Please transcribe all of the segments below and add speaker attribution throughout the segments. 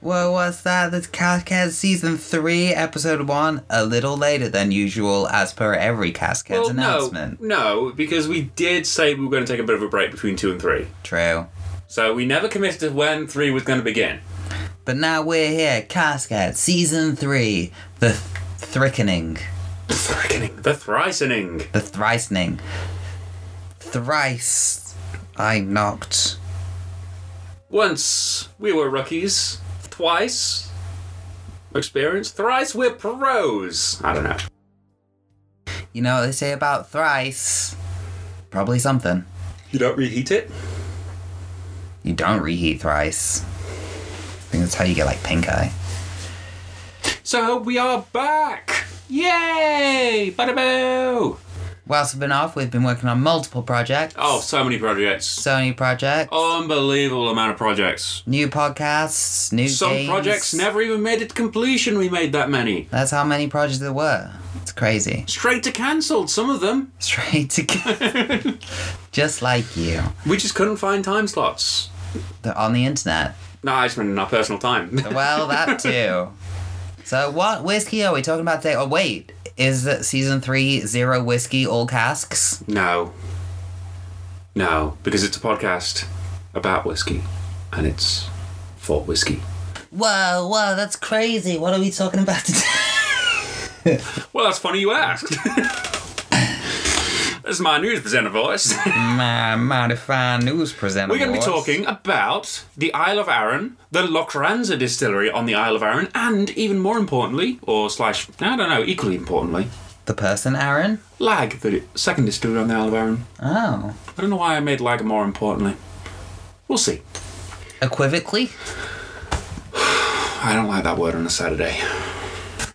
Speaker 1: Well, what's that? That's Cascade Season 3, Episode 1, a little later than usual, as per every Cascade
Speaker 2: Well, no,
Speaker 1: announcement.
Speaker 2: no, because we did say we were going to take a bit of a break between two and three.
Speaker 1: True.
Speaker 2: So we never committed to when three was going to begin.
Speaker 1: But now we're here, Cascade Season 3, the th- thrickening,
Speaker 2: The thricening. The thricening.
Speaker 1: the thricening. Thrice I knocked.
Speaker 2: Once we were rookies. Twice. Experience. Thrice we're pros. I don't know.
Speaker 1: You know what they say about thrice? Probably something.
Speaker 2: You don't reheat it?
Speaker 1: You don't reheat thrice. I think that's how you get like pink eye.
Speaker 2: So we are back! Yay! Bada boo!
Speaker 1: Whilst we've been off, we've been working on multiple projects.
Speaker 2: Oh, so many projects.
Speaker 1: Sony projects,
Speaker 2: Unbelievable amount of projects.
Speaker 1: new podcasts, new
Speaker 2: Some
Speaker 1: games.
Speaker 2: projects never even made it to completion. We made that many.
Speaker 1: That's how many projects there were. It's crazy.
Speaker 2: Straight to cancelled, some of them.
Speaker 1: Straight to just like you.
Speaker 2: We just couldn't find time slots.
Speaker 1: They're on the internet.
Speaker 2: No, I just meant in our personal time.
Speaker 1: Well, that too. So what whiskey are we talking about today? Oh wait, is that season three zero whiskey all casks?
Speaker 2: no. No, because it's a podcast about whiskey. And it's for whiskey.
Speaker 1: Whoa, whoa, that's crazy. What are we talking about today?
Speaker 2: Well, that's funny you asked. That's my news presenter voice.
Speaker 1: My mighty fine news presenter.
Speaker 2: We're going to be
Speaker 1: awards.
Speaker 2: talking about the Isle of Arran, the Lochranza distillery on the Isle of Arran, and even more importantly, or slash, I don't know, equally importantly,
Speaker 1: the person, Aaron.
Speaker 2: Lag, the second distillery on the Isle of Arran.
Speaker 1: Oh,
Speaker 2: I don't know why I made Lag more importantly. We'll see.
Speaker 1: equivocally.
Speaker 2: I don't like that word on a Saturday.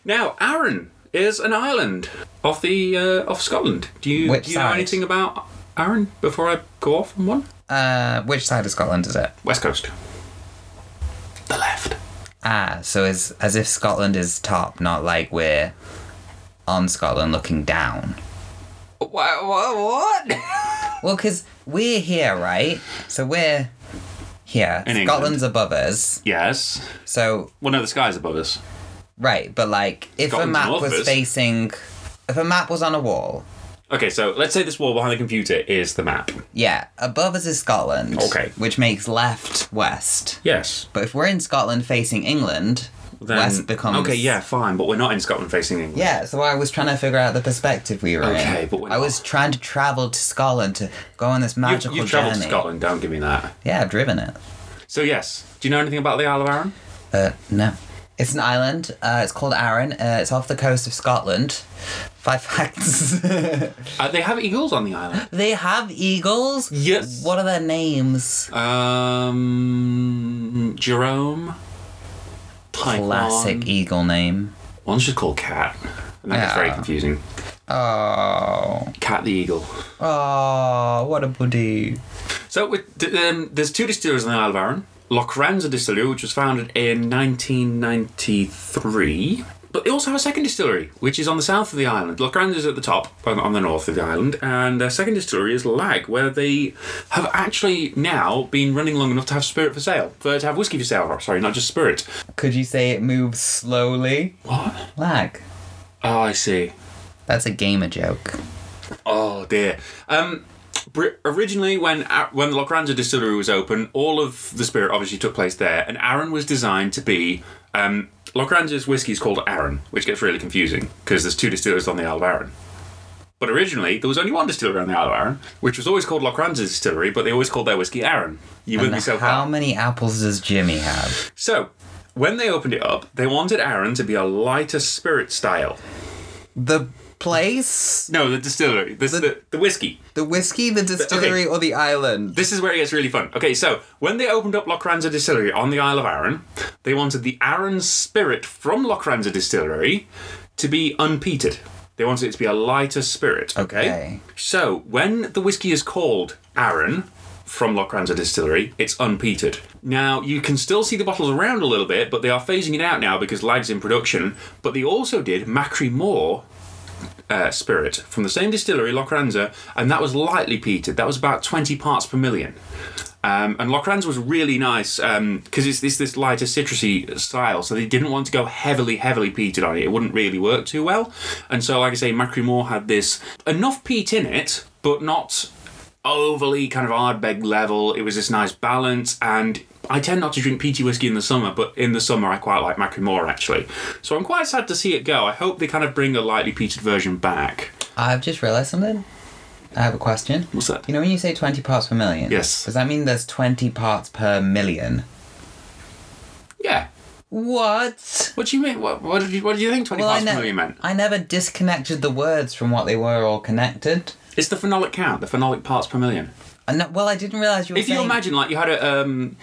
Speaker 2: Now, Arran is an island off the uh, off Scotland. Do you
Speaker 1: Which
Speaker 2: do you know
Speaker 1: side?
Speaker 2: anything about Arran before I go off on one?
Speaker 1: Uh, which side of Scotland is it?
Speaker 2: West Coast. The left.
Speaker 1: Ah, so it's as if Scotland is top, not like we're on Scotland looking down.
Speaker 2: What? What? what?
Speaker 1: Well, because we're here, right? So we're here.
Speaker 2: In England.
Speaker 1: Scotland's above us.
Speaker 2: yes.
Speaker 1: So,
Speaker 2: Well, no, the sky's above us.
Speaker 1: right, but like, if
Speaker 2: Scotland's
Speaker 1: a map
Speaker 2: above
Speaker 1: was
Speaker 2: us.
Speaker 1: facing. If a map was on a wall,
Speaker 2: Okay, so let's say this wall behind the computer is the map.
Speaker 1: yeah, above us is Scotland.
Speaker 2: Okay.
Speaker 1: Which makes left west.
Speaker 2: Yes.
Speaker 1: But if we're in Scotland facing England,
Speaker 2: Then,
Speaker 1: west becomes.
Speaker 2: Okay, yeah, fine, but we're not in Scotland facing England.
Speaker 1: Yeah, so I was trying to figure out the perspective we were in.
Speaker 2: Okay, but we're
Speaker 1: I was trying to travel to Scotland to go on this
Speaker 2: You've,
Speaker 1: magical
Speaker 2: you've
Speaker 1: journey.
Speaker 2: travelled to Scotland, don't give me that.
Speaker 1: Yeah, I've driven it.
Speaker 2: So, yes, do you know anything about the Isle of Arran?
Speaker 1: Uh, no. It's an island. Uh, it's called Arran. Uh, it's off the coast of Scotland. Five facts.
Speaker 2: Uh, they have eagles on the island.
Speaker 1: they have eagles.
Speaker 2: Yes.
Speaker 1: What are their names?
Speaker 2: Um, Jerome. Typhon.
Speaker 1: Classic eagle name.
Speaker 2: One's just called Cat. And that's very
Speaker 1: Yeah.
Speaker 2: confusing.
Speaker 1: Oh.
Speaker 2: Cat the eagle.
Speaker 1: Oh, what a buddy.
Speaker 2: So with, th- um, there's two distilleries in the Isle of Arran. Lochranza Distillery, which was founded in 1993, but they also have a second distillery, which is on the south of the island. Lochranza's at the top, on, on the north of the island, and their second distillery is Lag, where they have actually now been running long enough to have spirit for sale, for, to have whiskey for sale. or- Sorry, not just spirit.
Speaker 1: Could you say it moves slowly?
Speaker 2: What?
Speaker 1: Lag.
Speaker 2: Oh, I see.
Speaker 1: That's a gamer joke.
Speaker 2: Oh dear. Um, br- originally, when Ar- when the Lochranza distillery was open, all of the spirit obviously took place there, and Arran was designed to be. Um, Lochranza's whiskey is called Arran, which gets really confusing because there's two distilleries on the Isle of Arran. But originally, there was only one distillery on the Isle of Arran, which was always called Lochranza's distillery, but they always called their whiskey Arran. You wouldn't be so
Speaker 1: How
Speaker 2: far.
Speaker 1: many apples does Jimmy have?
Speaker 2: So, when they opened it up, they wanted Arran to be a lighter spirit style.
Speaker 1: The place?
Speaker 2: No, the distillery, this, the, the whiskey.
Speaker 1: The whiskey, the distillery, or the island?
Speaker 2: This is where it gets really fun. Okay, so when they opened up Lochranza Distillery on the Isle of Arran, they wanted the Arran spirit from Lochranza Distillery to be unpeated. They wanted it to be a lighter spirit.
Speaker 1: Okay.
Speaker 2: So when the whiskey is called Arran from Lochranza Distillery, it's unpeated. Now you can still see the bottles around a little bit, but they are phasing it out now because Lag's in production. But they also did Macri Moore uh, spirit from the same distillery, Lochranza, and that was lightly peated. That was about 20 parts per million. Um, and Lockrans was really nice because it's, it's this lighter citrusy style, so they didn't want to go heavily, heavily peated on it. It wouldn't really work too well. And so, like I say, Macri Moore had this enough peat in it, but not overly kind of Ardbeg level. It was this nice balance, and I tend not to drink peaty whiskey in the summer, but in the summer I quite like Macri Moore actually. So I'm quite sad to see it go. I hope they kind of bring a lightly peated version back.
Speaker 1: I've just realised something. I have a question.
Speaker 2: What's that?
Speaker 1: You know when you say 20 parts per million?
Speaker 2: Yes.
Speaker 1: Does that mean there's 20 parts per million?
Speaker 2: Yeah.
Speaker 1: What?
Speaker 2: What do you mean? What, what, did, you, what did you think 20 parts
Speaker 1: I,
Speaker 2: per
Speaker 1: ne-
Speaker 2: million meant?
Speaker 1: I never disconnected the words from what they were all connected.
Speaker 2: It's the phenolic count, the phenolic parts per million.
Speaker 1: I no- well, I didn't realise you were
Speaker 2: If
Speaker 1: saying...
Speaker 2: you imagine, like, you had a, um,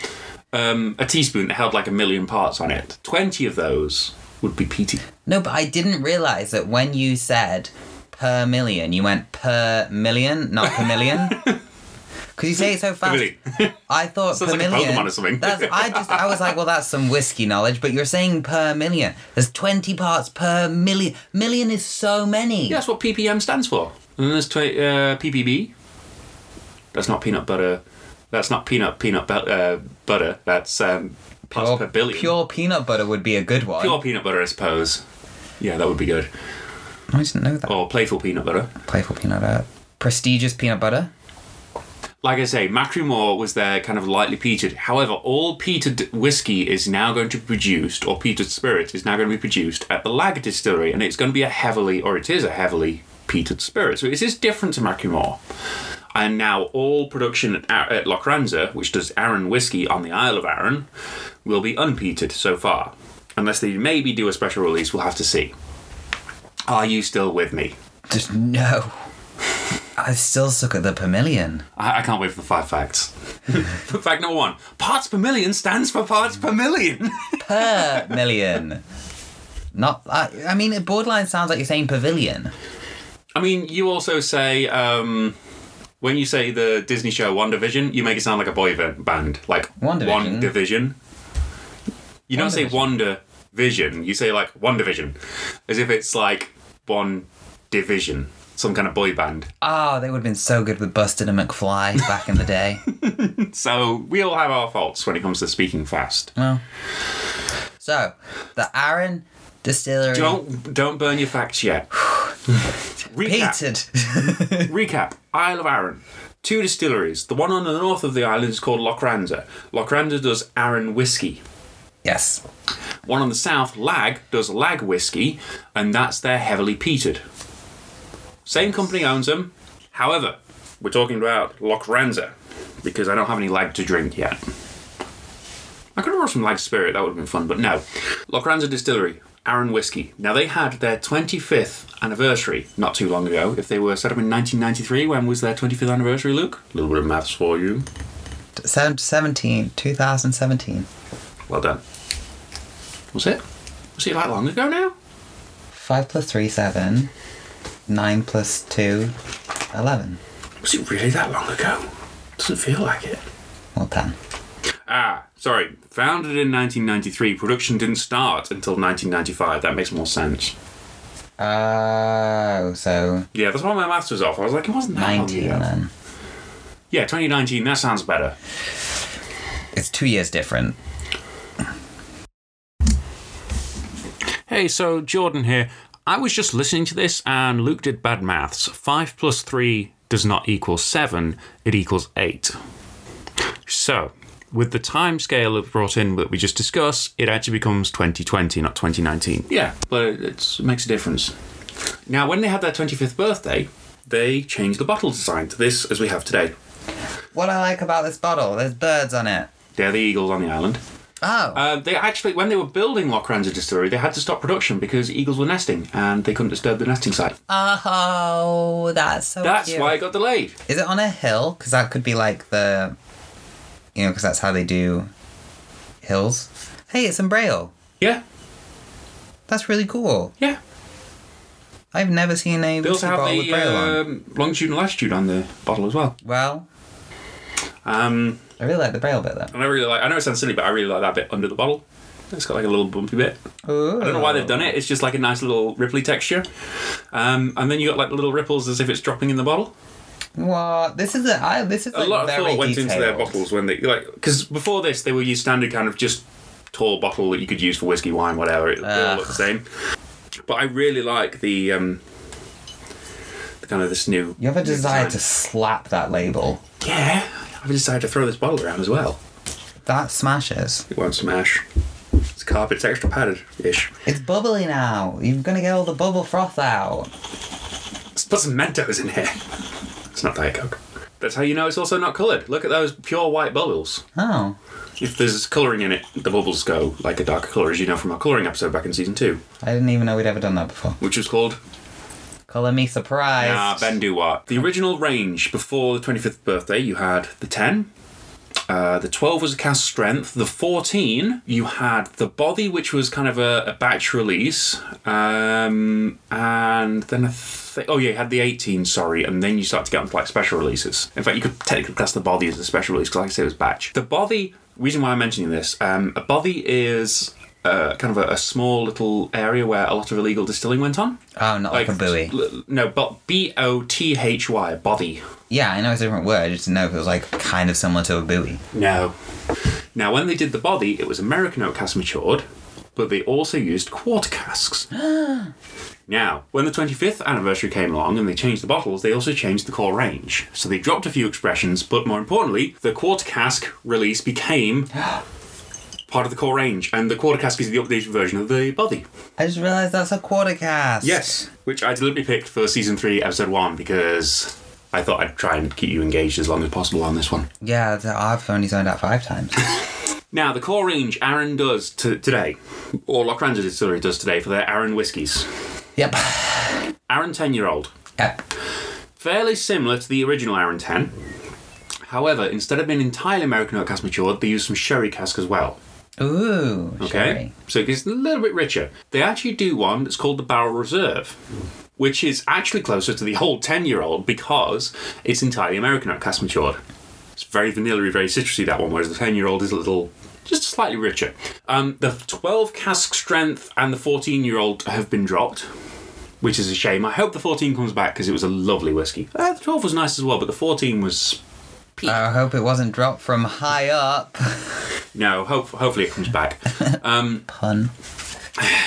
Speaker 2: um, a teaspoon that held like a million parts on it, 20 of those would be peaty.
Speaker 1: No, but I didn't realise that when you said per million, you went per million, not per million. Because you say it so fast.
Speaker 2: million.
Speaker 1: I thought
Speaker 2: Sounds
Speaker 1: per
Speaker 2: like a
Speaker 1: million.
Speaker 2: Pokemon or something.
Speaker 1: That's, I just I was like, well, that's some whiskey knowledge. But you're saying per million. There's 20 parts per million. Million is so many.
Speaker 2: Yeah, that's what PPM stands for. And then there's tw- uh, PPB. That's not peanut butter. That's not peanut peanut bu- uh, butter. That's um, parts
Speaker 1: Pure,
Speaker 2: per billion.
Speaker 1: pure peanut butter would be a good one.
Speaker 2: Pure peanut butter, I suppose. Yeah, that would be good.
Speaker 1: I didn't know that.
Speaker 2: Or playful peanut butter.
Speaker 1: Playful peanut butter. Prestigious peanut butter.
Speaker 2: Like I say, Macrimore was there kind of lightly peated. However, all peated whiskey is now going to be produced, or peated spirit is now going to be produced at the Lag Distillery, and it's going to be a heavily, or it is a heavily peated spirit. So it is different to Macrimore. And now all production at, Ar- at Lochranza, which does Arran whiskey on the Isle of Arran, will be unpeated so far. Unless they maybe do a special release, we'll have to see. Are you still with me?
Speaker 1: Just no. I still suck at the per million.
Speaker 2: I, I can't wait for the five facts. Fact number one parts per million stands for parts per million.
Speaker 1: per million. Not, I, I mean, it borderline sounds like you're saying pavilion.
Speaker 2: I mean, you also say, um, when you say the Disney show One Division, you make it sound like a boy va- band. Like
Speaker 1: One Division.
Speaker 2: One Division. You don't
Speaker 1: One
Speaker 2: say
Speaker 1: Division.
Speaker 2: Wonder Vision, you say like One Division. As if it's like One Division, some kind of boy band.
Speaker 1: Oh, they would have been so good with Busted and McFly back in the day.
Speaker 2: So we all have our faults when it comes to speaking fast.
Speaker 1: So, the Aaron Distillery.
Speaker 2: Don't don't burn your facts yet. Recap.
Speaker 1: Peated.
Speaker 2: Recap Isle of Arran. Two distilleries. The one on the north of the island is called Lochranza. Lochranza does Arran whiskey.
Speaker 1: yes.
Speaker 2: One on the south, Lag, does Lag whiskey, and that's their heavily peated. Same company owns them. However, we're talking about Lochranza because I don't have any Lag to drink yet. I could have brought some Lag Spirit, that would have been fun, but no. Lochranza Distillery, Arran Whiskey. Now, they had their 25th anniversary not too long ago. If they were set up in 1993, when was their 25th anniversary, Luke? A little bit of maths for you.
Speaker 1: Seven- 17, 2017.
Speaker 2: Well done. Was it? Was it like long ago now?
Speaker 1: 5 plus 3, 7. 9 plus 2, 11.
Speaker 2: Was it really that long ago? Doesn't feel like it.
Speaker 1: Well, 10.
Speaker 2: Ah, sorry. Founded in 1993, production didn't start until 1995. That makes more sense.
Speaker 1: Oh, so
Speaker 2: Yeah, that's why my maths was off. I was like, it wasn't that
Speaker 1: 19
Speaker 2: long ago.
Speaker 1: then.
Speaker 2: Yeah, 2019. That sounds better.
Speaker 1: It's two years different.
Speaker 2: Hey, so Jordan here. I was just listening to this, and Luke did bad maths. Five plus three does not equal seven; it equals eight. So, with the time scale of brought in that we just discussed, it actually becomes 2020, not 2019. Yeah, but it's, it makes a difference. Now, when they had their 25th birthday, they changed the bottle design to this as we have today.
Speaker 1: What I like about this bottle, there's birds on it.
Speaker 2: They're the eagles on the island.
Speaker 1: Oh.
Speaker 2: Uh, they actually, when they were building Lochranza Distillery, they had to stop production because eagles were nesting and they couldn't disturb the nesting site.
Speaker 1: Oh, that's so
Speaker 2: That's
Speaker 1: cute.
Speaker 2: why it got delayed.
Speaker 1: Is it on a hill? Because that could be like the, you know, because that's how they do hills. Hey, it's in Braille.
Speaker 2: Yeah,
Speaker 1: That's really cool.
Speaker 2: yeah.
Speaker 1: I've never seen a
Speaker 2: They
Speaker 1: whiskey
Speaker 2: also have
Speaker 1: bottle with
Speaker 2: the
Speaker 1: Braille on.
Speaker 2: um, longitude and latitude on the bottle as well.
Speaker 1: Well,
Speaker 2: Um,
Speaker 1: I really like the Braille bit then.
Speaker 2: and I really like. I know it sounds silly, but I really like that bit under the bottle. It's got like a little bumpy bit.
Speaker 1: Ooh.
Speaker 2: I don't know why they've done it. It's just like a nice little ripply texture. Um, and then you got like little ripples as if it's dropping in the bottle.
Speaker 1: What? This is a I, this is
Speaker 2: a
Speaker 1: like
Speaker 2: lot of
Speaker 1: very
Speaker 2: thought went into their
Speaker 1: detailed.
Speaker 2: bottles when they like because before this they were your standard kind of just tall bottle that you could use for whiskey, wine, whatever. It they all looked the same. But I really like the um, the kind of this new.
Speaker 1: You have a
Speaker 2: new
Speaker 1: desire to
Speaker 2: design.
Speaker 1: slap that label.
Speaker 2: Yeah, I've decided to throw this bottle around as well.
Speaker 1: That smashes.
Speaker 2: It won't smash. This carpet's extra padded ish.
Speaker 1: It's bubbly now. You're gonna get all the bubble froth out.
Speaker 2: Let's put some Mentos in here. It's not Diet Coke. That's how you know it's also not coloured. Look at those pure white bubbles.
Speaker 1: Oh,
Speaker 2: If there's colouring in it, the bubbles go like a darker colour, as you know from our colouring episode back in season two,
Speaker 1: I didn't even know we'd ever done that before.
Speaker 2: which was called
Speaker 1: Color me surprised.
Speaker 2: Ah, Ben Duart. The original range before the 25th birthday, you had the 10. Uh, the 12 was a cast strength. The 14, you had the body, which was kind of a, a batch release. Um, and then I think, oh yeah, you had the 18, sorry. And then you start to get onto like special releases. In fact, you could technically class the body as a special release because, like I say, it was batch. The body, reason why I'm mentioning this, um, a body is. Uh, kind of a, a small little area where a lot of illegal distilling went on.
Speaker 1: Oh, not like, a buoy.
Speaker 2: l- No, but B O T H Y, body.
Speaker 1: yeah, I know it's a different word. I just didn't know if it was like kind of similar to a buoy.
Speaker 2: No. Now, when they did the body, it was American oak cask matured, but they also used quart casks. now, when the 25th anniversary came along and they changed the bottles, they also changed the core range. So they dropped a few expressions, but more importantly, the quart cask release became. Part of the core range, and the quarter cask is the updated version of the body.
Speaker 1: I just realised that's a quarter cast.
Speaker 2: Yes, which I deliberately picked for season three, episode one, because I thought I'd try and keep you engaged as long as possible on this one.
Speaker 1: Yeah, th- I've only zoned out five times.
Speaker 2: Now, the core range Aaron does t- today, or Lockranja Distillery does today for their Aaron whiskies.
Speaker 1: yep.
Speaker 2: Aaron 10 year old.
Speaker 1: Yep.
Speaker 2: Fairly similar to the original Aaron 10. However, instead of being entirely American oak cask matured, they use some sherry cask as well.
Speaker 1: Ooh.
Speaker 2: Okay?
Speaker 1: sherry.
Speaker 2: So it gets a little bit richer. They actually do one that's called the Barrel Reserve, which is actually closer to the old 10 year old because it's entirely American oak cask matured. It's very vanilla, very citrusy that one, whereas the 10 year old is a little. Just slightly richer. Um, the 12 cask strength and the 14 year old have been dropped, which is a shame. I hope the 14 comes back because it was a lovely whiskey. Uh, the 12 was nice as well, but the 14 was
Speaker 1: I hope it wasn't dropped from high up.
Speaker 2: no. Hope, hopefully it comes back.
Speaker 1: Pun.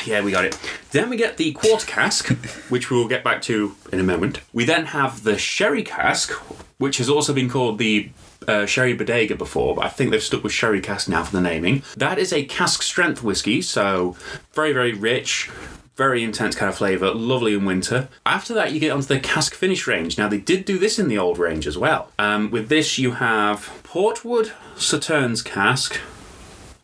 Speaker 2: Yeah, we got it. Then we get the quarter cask, which we'll get back to in a moment. We then have the sherry cask, which has also been called the uh, sherry bodega before, but I think they've stuck with sherry cask now for the naming. That is a cask strength whiskey, so very, very rich. Very intense kind of flavour, lovely in winter. After that, you get onto the cask finish range. Now, they did do this in the old range as well. Um, with this, you have Portwood Saturn's cask,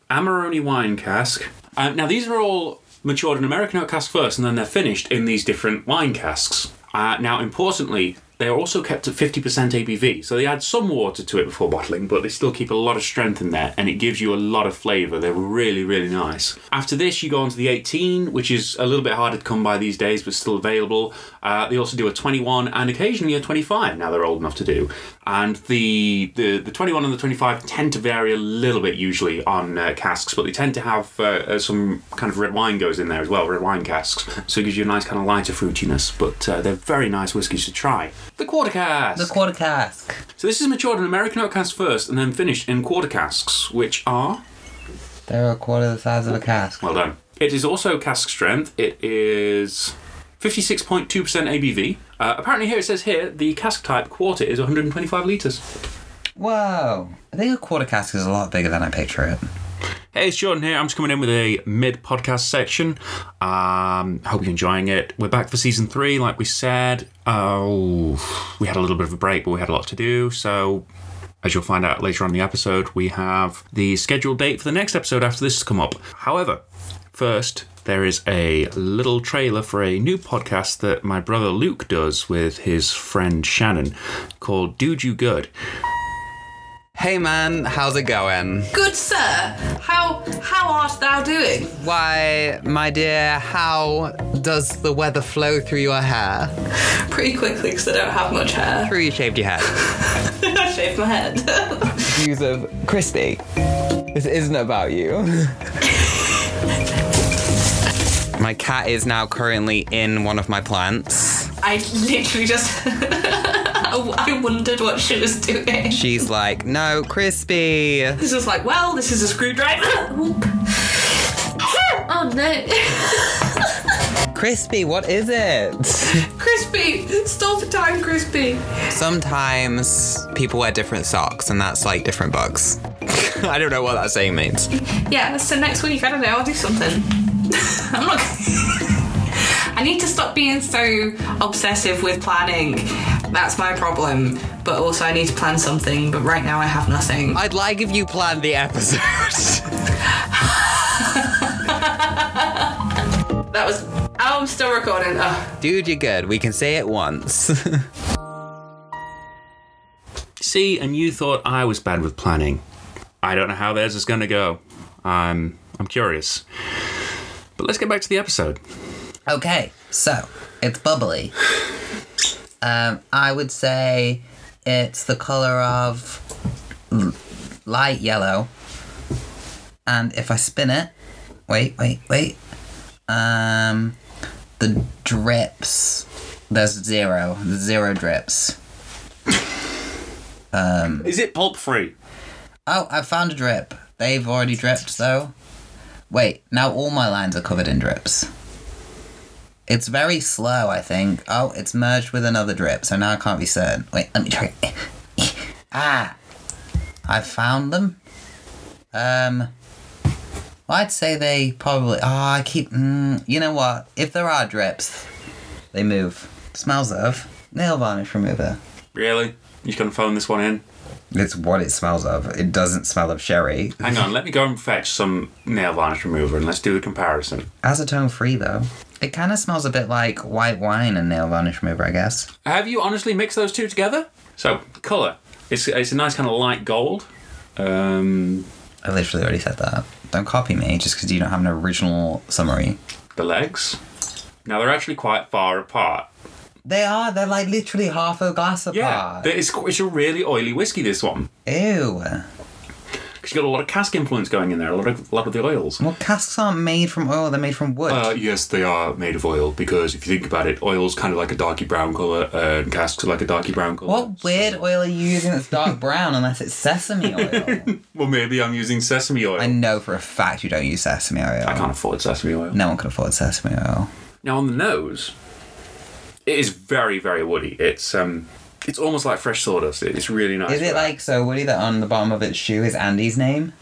Speaker 2: Amarone wine cask. Um, now these are all matured in American oak cask first, and then they're finished in these different wine casks. Uh, now, importantly, they are also kept at 50% ABV, so they add some water to it before bottling, but they still keep a lot of strength in there, and it gives you a lot of flavour. They're really, really nice. After this, you go on to the 18, which is a little bit harder to come by these days, but still available. Uh, they also do a 21 and occasionally a 25. Now they're old enough to do, and the the, the 21 and the 25 tend to vary a little bit usually on uh, casks, but they tend to have uh, uh, some kind of red wine goes in there as well, red wine casks. So it gives you a nice kind of lighter fruitiness, but uh, they're very nice whiskies to try. The quarter cask.
Speaker 1: The quarter cask.
Speaker 2: so this is matured in American oak cask first, and then finished in quarter casks, which are
Speaker 1: They're a quarter the size of a cask.
Speaker 2: well done. It is also cask strength. It is 56.2% ABV. Uh, apparently, here it says here the cask type quarter is 125 litres.
Speaker 1: Whoa. I think a quarter cask is a lot bigger than I picture it.
Speaker 2: Hey, it's Jordan here. I'm just coming in with a mid podcast section. Um, hope you're enjoying it. We're back for season three, like we said. Oh, we had a little bit of a break, but we had a lot to do. So, as you'll find out later on in the episode, we have the scheduled date for the next episode after this has come up. However, first, there is a little trailer for a new podcast that my brother Luke does with his friend Shannon called Dude You Good.
Speaker 3: Hey man, how's it going?
Speaker 4: Good sir, how how art thou doing?
Speaker 3: Why, my dear, how does the weather flow through your hair?
Speaker 4: Pretty quickly because I don't have much hair.
Speaker 3: Through you shaved your head.
Speaker 4: I shaved my head.
Speaker 3: Views of Christy. This isn't about you. my cat is now currently in one of my plants.
Speaker 4: I literally just I Oh, I wondered what she was doing.
Speaker 3: She's like, no, crispy.
Speaker 4: This is like, well, this is a screwdriver. Whoop. oh no.
Speaker 3: Crispy, what is it?
Speaker 4: Crispy! Stop the time, Crispy!
Speaker 3: Sometimes people wear different socks, and that's like different bugs. I don't know what that saying means.
Speaker 4: Yeah, so next week, I don't know, I'll do something. I'm not. I need to stop being so obsessive with planning. That's my problem. But also, I need to plan something, but right now, I have nothing.
Speaker 3: I'd like if you planned the episode.
Speaker 4: That was. Oh, I'm still recording. Ugh.
Speaker 3: Dude, you're good. We can say it once.
Speaker 2: See, and you thought I was bad with planning. I don't know how theirs is going to go. I'm I'm curious. But let's get back to the episode.
Speaker 1: Okay, so it's bubbly. Um, I would say it's the color of l- light yellow. And if I spin it, wait, wait, wait. Um, the drips. There's zero, zero drips. Um,
Speaker 2: Is it pulp free?
Speaker 1: Oh, I found a drip. They've already dripped, though. Wait, now all my lines are covered in drips. It's very slow, I think. Oh, it's merged with another drip, so now I can't be certain. Wait, let me try. ah! I found them. Um. well, I'd say they probably. Oh, I keep. Mm, you know what? If there are drips, they move. Smells of nail varnish remover.
Speaker 2: Really? You can phone this one in.
Speaker 1: It's what it smells of. It doesn't smell of sherry.
Speaker 2: Hang on, let me go and fetch some nail varnish remover and let's do a comparison.
Speaker 1: Acetone free though. It kind of smells a bit like white wine and nail varnish remover, I guess.
Speaker 2: Have you honestly mixed those two together? So, colour. It's, it's a nice kind of light gold. Um,
Speaker 1: I literally already said that. Don't copy me just because you don't have an original summary.
Speaker 2: the legs. Now, they're actually quite far apart.
Speaker 1: They are. They're like literally half a glass apart.
Speaker 2: Yeah, but it's, qu- it's a really oily whiskey, this one.
Speaker 1: Ew.
Speaker 2: Because you've got a lot of cask influence going in there, a lot of, a lot of the oils.
Speaker 1: Well, casks aren't made from oil. They're made from wood.
Speaker 2: Uh, yes, they are made of oil because if you think about it, oil's kind of like a darky brown colour, uh, and casks are like a darky brown colour.
Speaker 1: what weird oil are you using that's dark brown unless it's sesame oil?
Speaker 2: Well, maybe I'm using sesame oil.
Speaker 1: I know for a fact you don't use sesame oil.
Speaker 2: I can't afford sesame oil.
Speaker 1: No one can afford sesame oil.
Speaker 2: Now on the nose, it is very, very woody. It's um, it's almost like fresh sawdust. It's really nice.
Speaker 1: Is it like so woody that on the bottom of its shoe is Andy's name?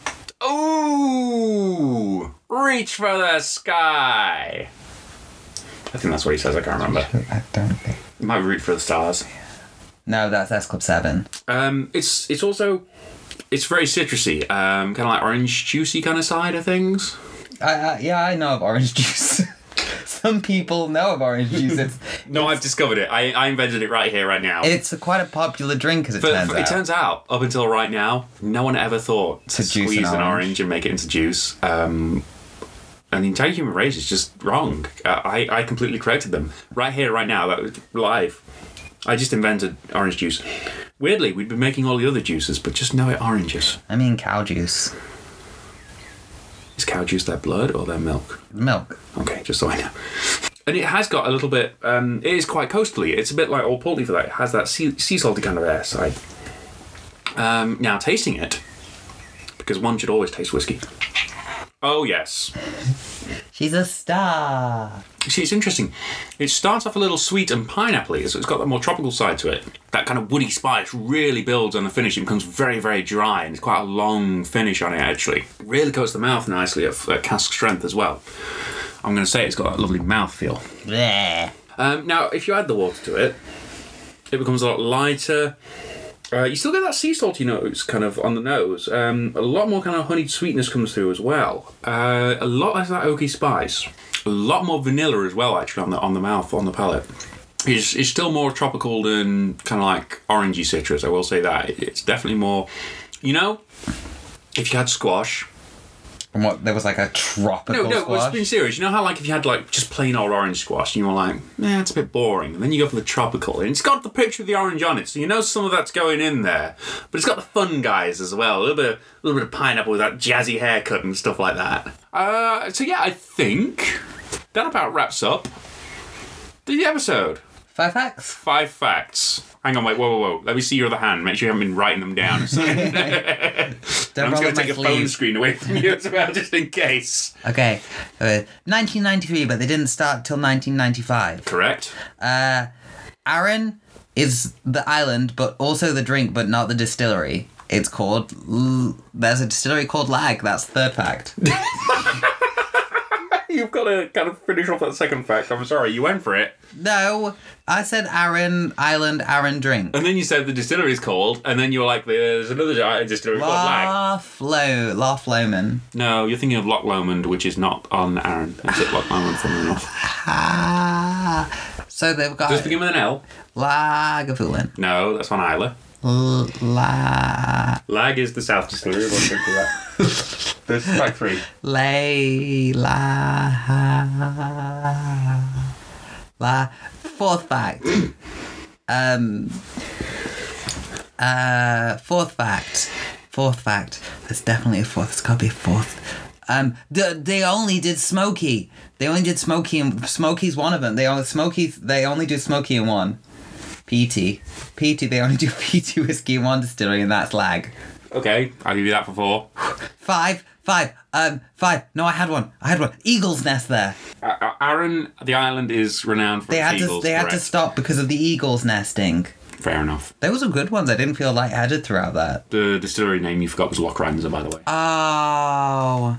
Speaker 2: oh, reach for the sky? I think that's what he says. I can't remember.
Speaker 1: I don't think.
Speaker 2: It might be reach for the stars.
Speaker 1: No, that's S Club 7.
Speaker 2: Um, it's it's also it's very citrusy. Um, kind of like orange juicy kind of side of things.
Speaker 1: I, I, yeah, I know of orange juice. Some people know of orange juice. It's,
Speaker 2: No, I've discovered it. I, I invented it right here, right now.
Speaker 1: it's quite a popular drink, as it
Speaker 2: But
Speaker 1: turns
Speaker 2: it
Speaker 1: out.
Speaker 2: turns out, up until right now, no one ever thought to,
Speaker 1: To juice
Speaker 2: squeeze
Speaker 1: an
Speaker 2: an,
Speaker 1: orange.
Speaker 2: orange and make it into juice. Um, and the entire human race is just wrong. Uh, I, I completely corrected them. Right here, right now, that was live. I just invented orange juice. Weirdly, we'd been making all the other juices, but just know it oranges.
Speaker 1: I mean, cow juice,
Speaker 2: Is cow juice their blood or their milk?
Speaker 1: milk.
Speaker 2: Okay, just so I know. And it has got a little bit. Um, it is quite coastally. It's a bit like old Portly for that. It has that sea, sea salty kind of air side. Um, now tasting it, because one should always taste whiskey. Oh yes,
Speaker 1: She's a star.
Speaker 2: You see, it's interesting. It starts off a little sweet and pineapple-y, so it's got that more tropical side to it. That kind of woody spice really builds on the finish. It becomes very, very dry, and it's quite a long finish on it, actually. Really coats the mouth nicely at, at cask strength as well. I'm going to say it's got a lovely mouthfeel.
Speaker 1: Bleh.
Speaker 2: Um, now, if you add the water to it, it becomes a lot lighter. Uh, you still get that sea salty notes kind of on the nose. Um, a lot more kind of honeyed sweetness comes through as well. Uh, a lot less of that oaky spice. A lot more vanilla as well, actually, on the on the mouth, on the palate. It's, it's still more tropical than kind of like orangey citrus. I will say that It- it's definitely more. You know, if you had squash.
Speaker 1: And what? There was like a tropical
Speaker 2: No, no, well, it's
Speaker 1: squash.
Speaker 2: been serious. You know how like if you had like just plain old orange squash and you were like, nah, it's a bit boring. And then you go for the tropical and it's got the picture of the orange on it, so you know some of that's going in there. But it's got the fun guys as well. A little bit, a little bit of pineapple with that jazzy haircut and stuff like that. Uh, so yeah, I think that about wraps up the episode.
Speaker 1: Five facts.
Speaker 2: Five facts. Hang on, wait, whoa, whoa, whoa. Let me see your other hand. Make sure you haven't been writing them down.
Speaker 1: Don't
Speaker 2: I'm just
Speaker 1: roll
Speaker 2: going
Speaker 1: up
Speaker 2: to
Speaker 1: my
Speaker 2: take a phone
Speaker 1: sleeve.
Speaker 2: screen away from you as well, just in case.
Speaker 1: Okay. Uh, 1993, but they didn't start till 1995.
Speaker 2: Correct.
Speaker 1: Aaron is the island, but also the drink, but not the distillery. It's called. L- There's a distillery called Lag. That's the third fact.
Speaker 2: You've got to kind of finish off that second fact. I'm sorry, you went for it.
Speaker 1: no, I said Aaron Island, Aaron drink.
Speaker 2: And then you said the distillery is called, and then you were like, there's another di- distillery called Lag.
Speaker 1: Laugh Low, Laugh Lowman.
Speaker 2: No, you're thinking of Loch Lomond, which is not on Aaron. That's it, Loch Lomond, funnily enough.
Speaker 1: Ah. So they've got
Speaker 2: Does it begin with an L?
Speaker 1: Lagavulin.
Speaker 2: No, that's on Isla.
Speaker 1: L- La.
Speaker 2: Lag is the South Distillery. We'll stick to that. There's fact three.
Speaker 1: Lay. La. La. Fourth fact. um. Uh. Fourth fact. Fourth fact. There's definitely a fourth. It's gotta be a fourth. Um, the, they only did Smokey. They only did Smokey, and Smokey's one of them. They only Smokey. They only do Smokey in one. E PT, PT. They only do PT whiskey in one distillery, and that's lag.
Speaker 2: Okay, I'll give you that for four.
Speaker 1: Five, five, um, five. No, I had one. I had one. Eagle's nest there.
Speaker 2: A- A- Aaron, the island is renowned for
Speaker 1: They
Speaker 2: its
Speaker 1: had
Speaker 2: eagles.
Speaker 1: to. They had to
Speaker 2: correct.
Speaker 1: stop because of the eagles nesting.
Speaker 2: Fair enough.
Speaker 1: There were some good ones. I didn't feel lightheaded throughout that.
Speaker 2: The distillery name you forgot was Lochranza, by the way.
Speaker 1: Oh,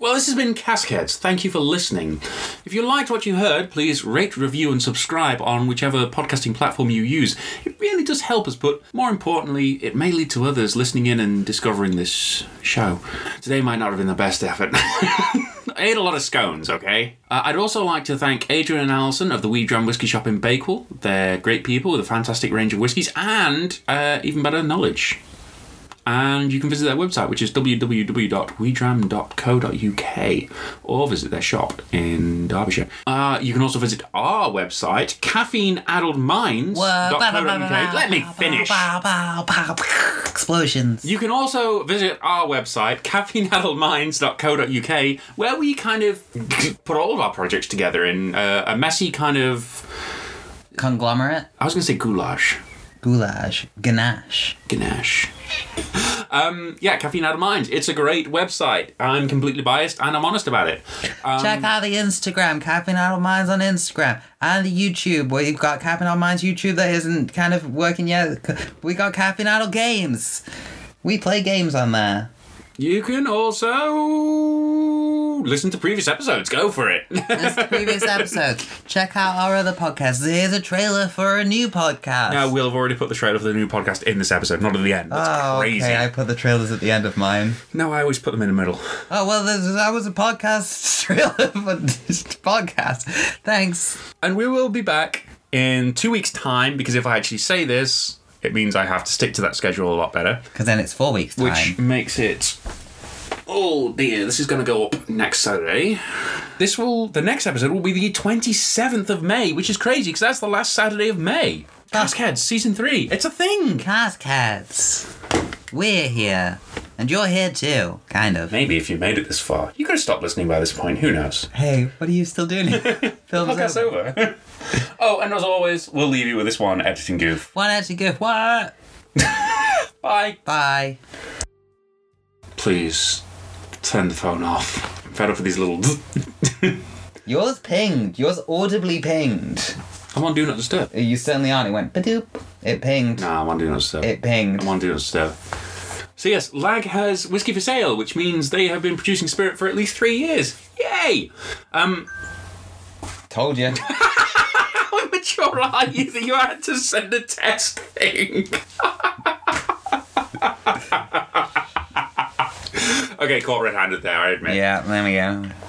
Speaker 2: Well, this has been Caskheads. Thank you for listening. If you liked what you heard, please rate, review, and subscribe on whichever podcasting platform you use. It really does help us, but more importantly, it may lead to others listening in and discovering this show. Today might not have been the best effort. I ate a lot of scones, okay? Uh, I'd also like to thank Adrian and Alison of the Wee Drum Whiskey Shop in Bakewell. They're great people with a fantastic range of whiskies and, uh, even better, knowledge and you can visit their website, which is www.wedram.co.uk, or visit their shop in Derbyshire. Uh, you can also visit our website,
Speaker 1: Whoa.
Speaker 2: caffeineaddledminds.co.uk. Let me finish.
Speaker 1: Bow, bow, bow, bow. Explosions.
Speaker 2: You can also visit our website, caffeineaddledminds.co.uk, where we kind of put all of our projects together in uh, a messy kind of,
Speaker 1: Conglomerate.
Speaker 2: I was going to say goulash.
Speaker 1: Goulash. Ganache.
Speaker 2: Ganache. Um, yeah, Caffeine Out of Mind. It's a great website. I'm completely biased and I'm honest about it.
Speaker 1: Check out the Instagram, Capping Out of Minds on Instagram, and the YouTube, where you've got Capping Out of Minds YouTube that isn't kind of working yet. We got Capping Out of Games. We play games on there.
Speaker 2: You can also listen to previous episodes. Go for it.
Speaker 1: That's the previous episodes. Check out our other podcasts. Here's a trailer for a new podcast.
Speaker 2: now, we'll have already put the trailer for the new podcast in this episode, not at the end. That's
Speaker 1: oh,
Speaker 2: crazy.
Speaker 1: okay. I put the trailers at the end of mine.
Speaker 2: No, I always put them in the middle.
Speaker 1: Oh well, this, that was a podcast trailer for this podcast. Thanks.
Speaker 2: And we will be back in two weeks' time because if I actually say this, it means I have to stick to that schedule a lot better,
Speaker 1: Because then it's four weeks time.
Speaker 2: which makes it. Oh dear, this is going to go up next Saturday. This will, the next episode will be the 27th of May, which is crazy because that's the last Saturday of May.
Speaker 1: Ah.
Speaker 2: Caskheads, season three. It's a thing.
Speaker 1: Cast Cats. We're here. And you're here too, kind of.
Speaker 2: Maybe if you made it this far, you could have stopped listening by this point. Who knows?
Speaker 1: Hey, what are you still doing? Film's
Speaker 2: Podcast's
Speaker 1: over.
Speaker 2: over. oh, and as always, we'll leave you with this one editing goof.
Speaker 1: One actually good. What?
Speaker 2: Bye.
Speaker 1: Bye.
Speaker 2: Please turn the phone off. I'm fed up with these little.
Speaker 1: Yours pinged. Yours audibly pinged.
Speaker 2: I'm on do not disturb.
Speaker 1: You certainly aren't. It went badoop. It pinged.
Speaker 2: Nah, I'm on do not disturb.
Speaker 1: It pinged.
Speaker 2: I'm on do not disturb. So yes, Lag has whiskey for sale, which means they have been producing spirit for at least three years. Yay! Um,
Speaker 1: Told you.
Speaker 2: How immature are you that you had to send a test thing? okay, caught red-handed there. I admit.
Speaker 1: yeah, there we go.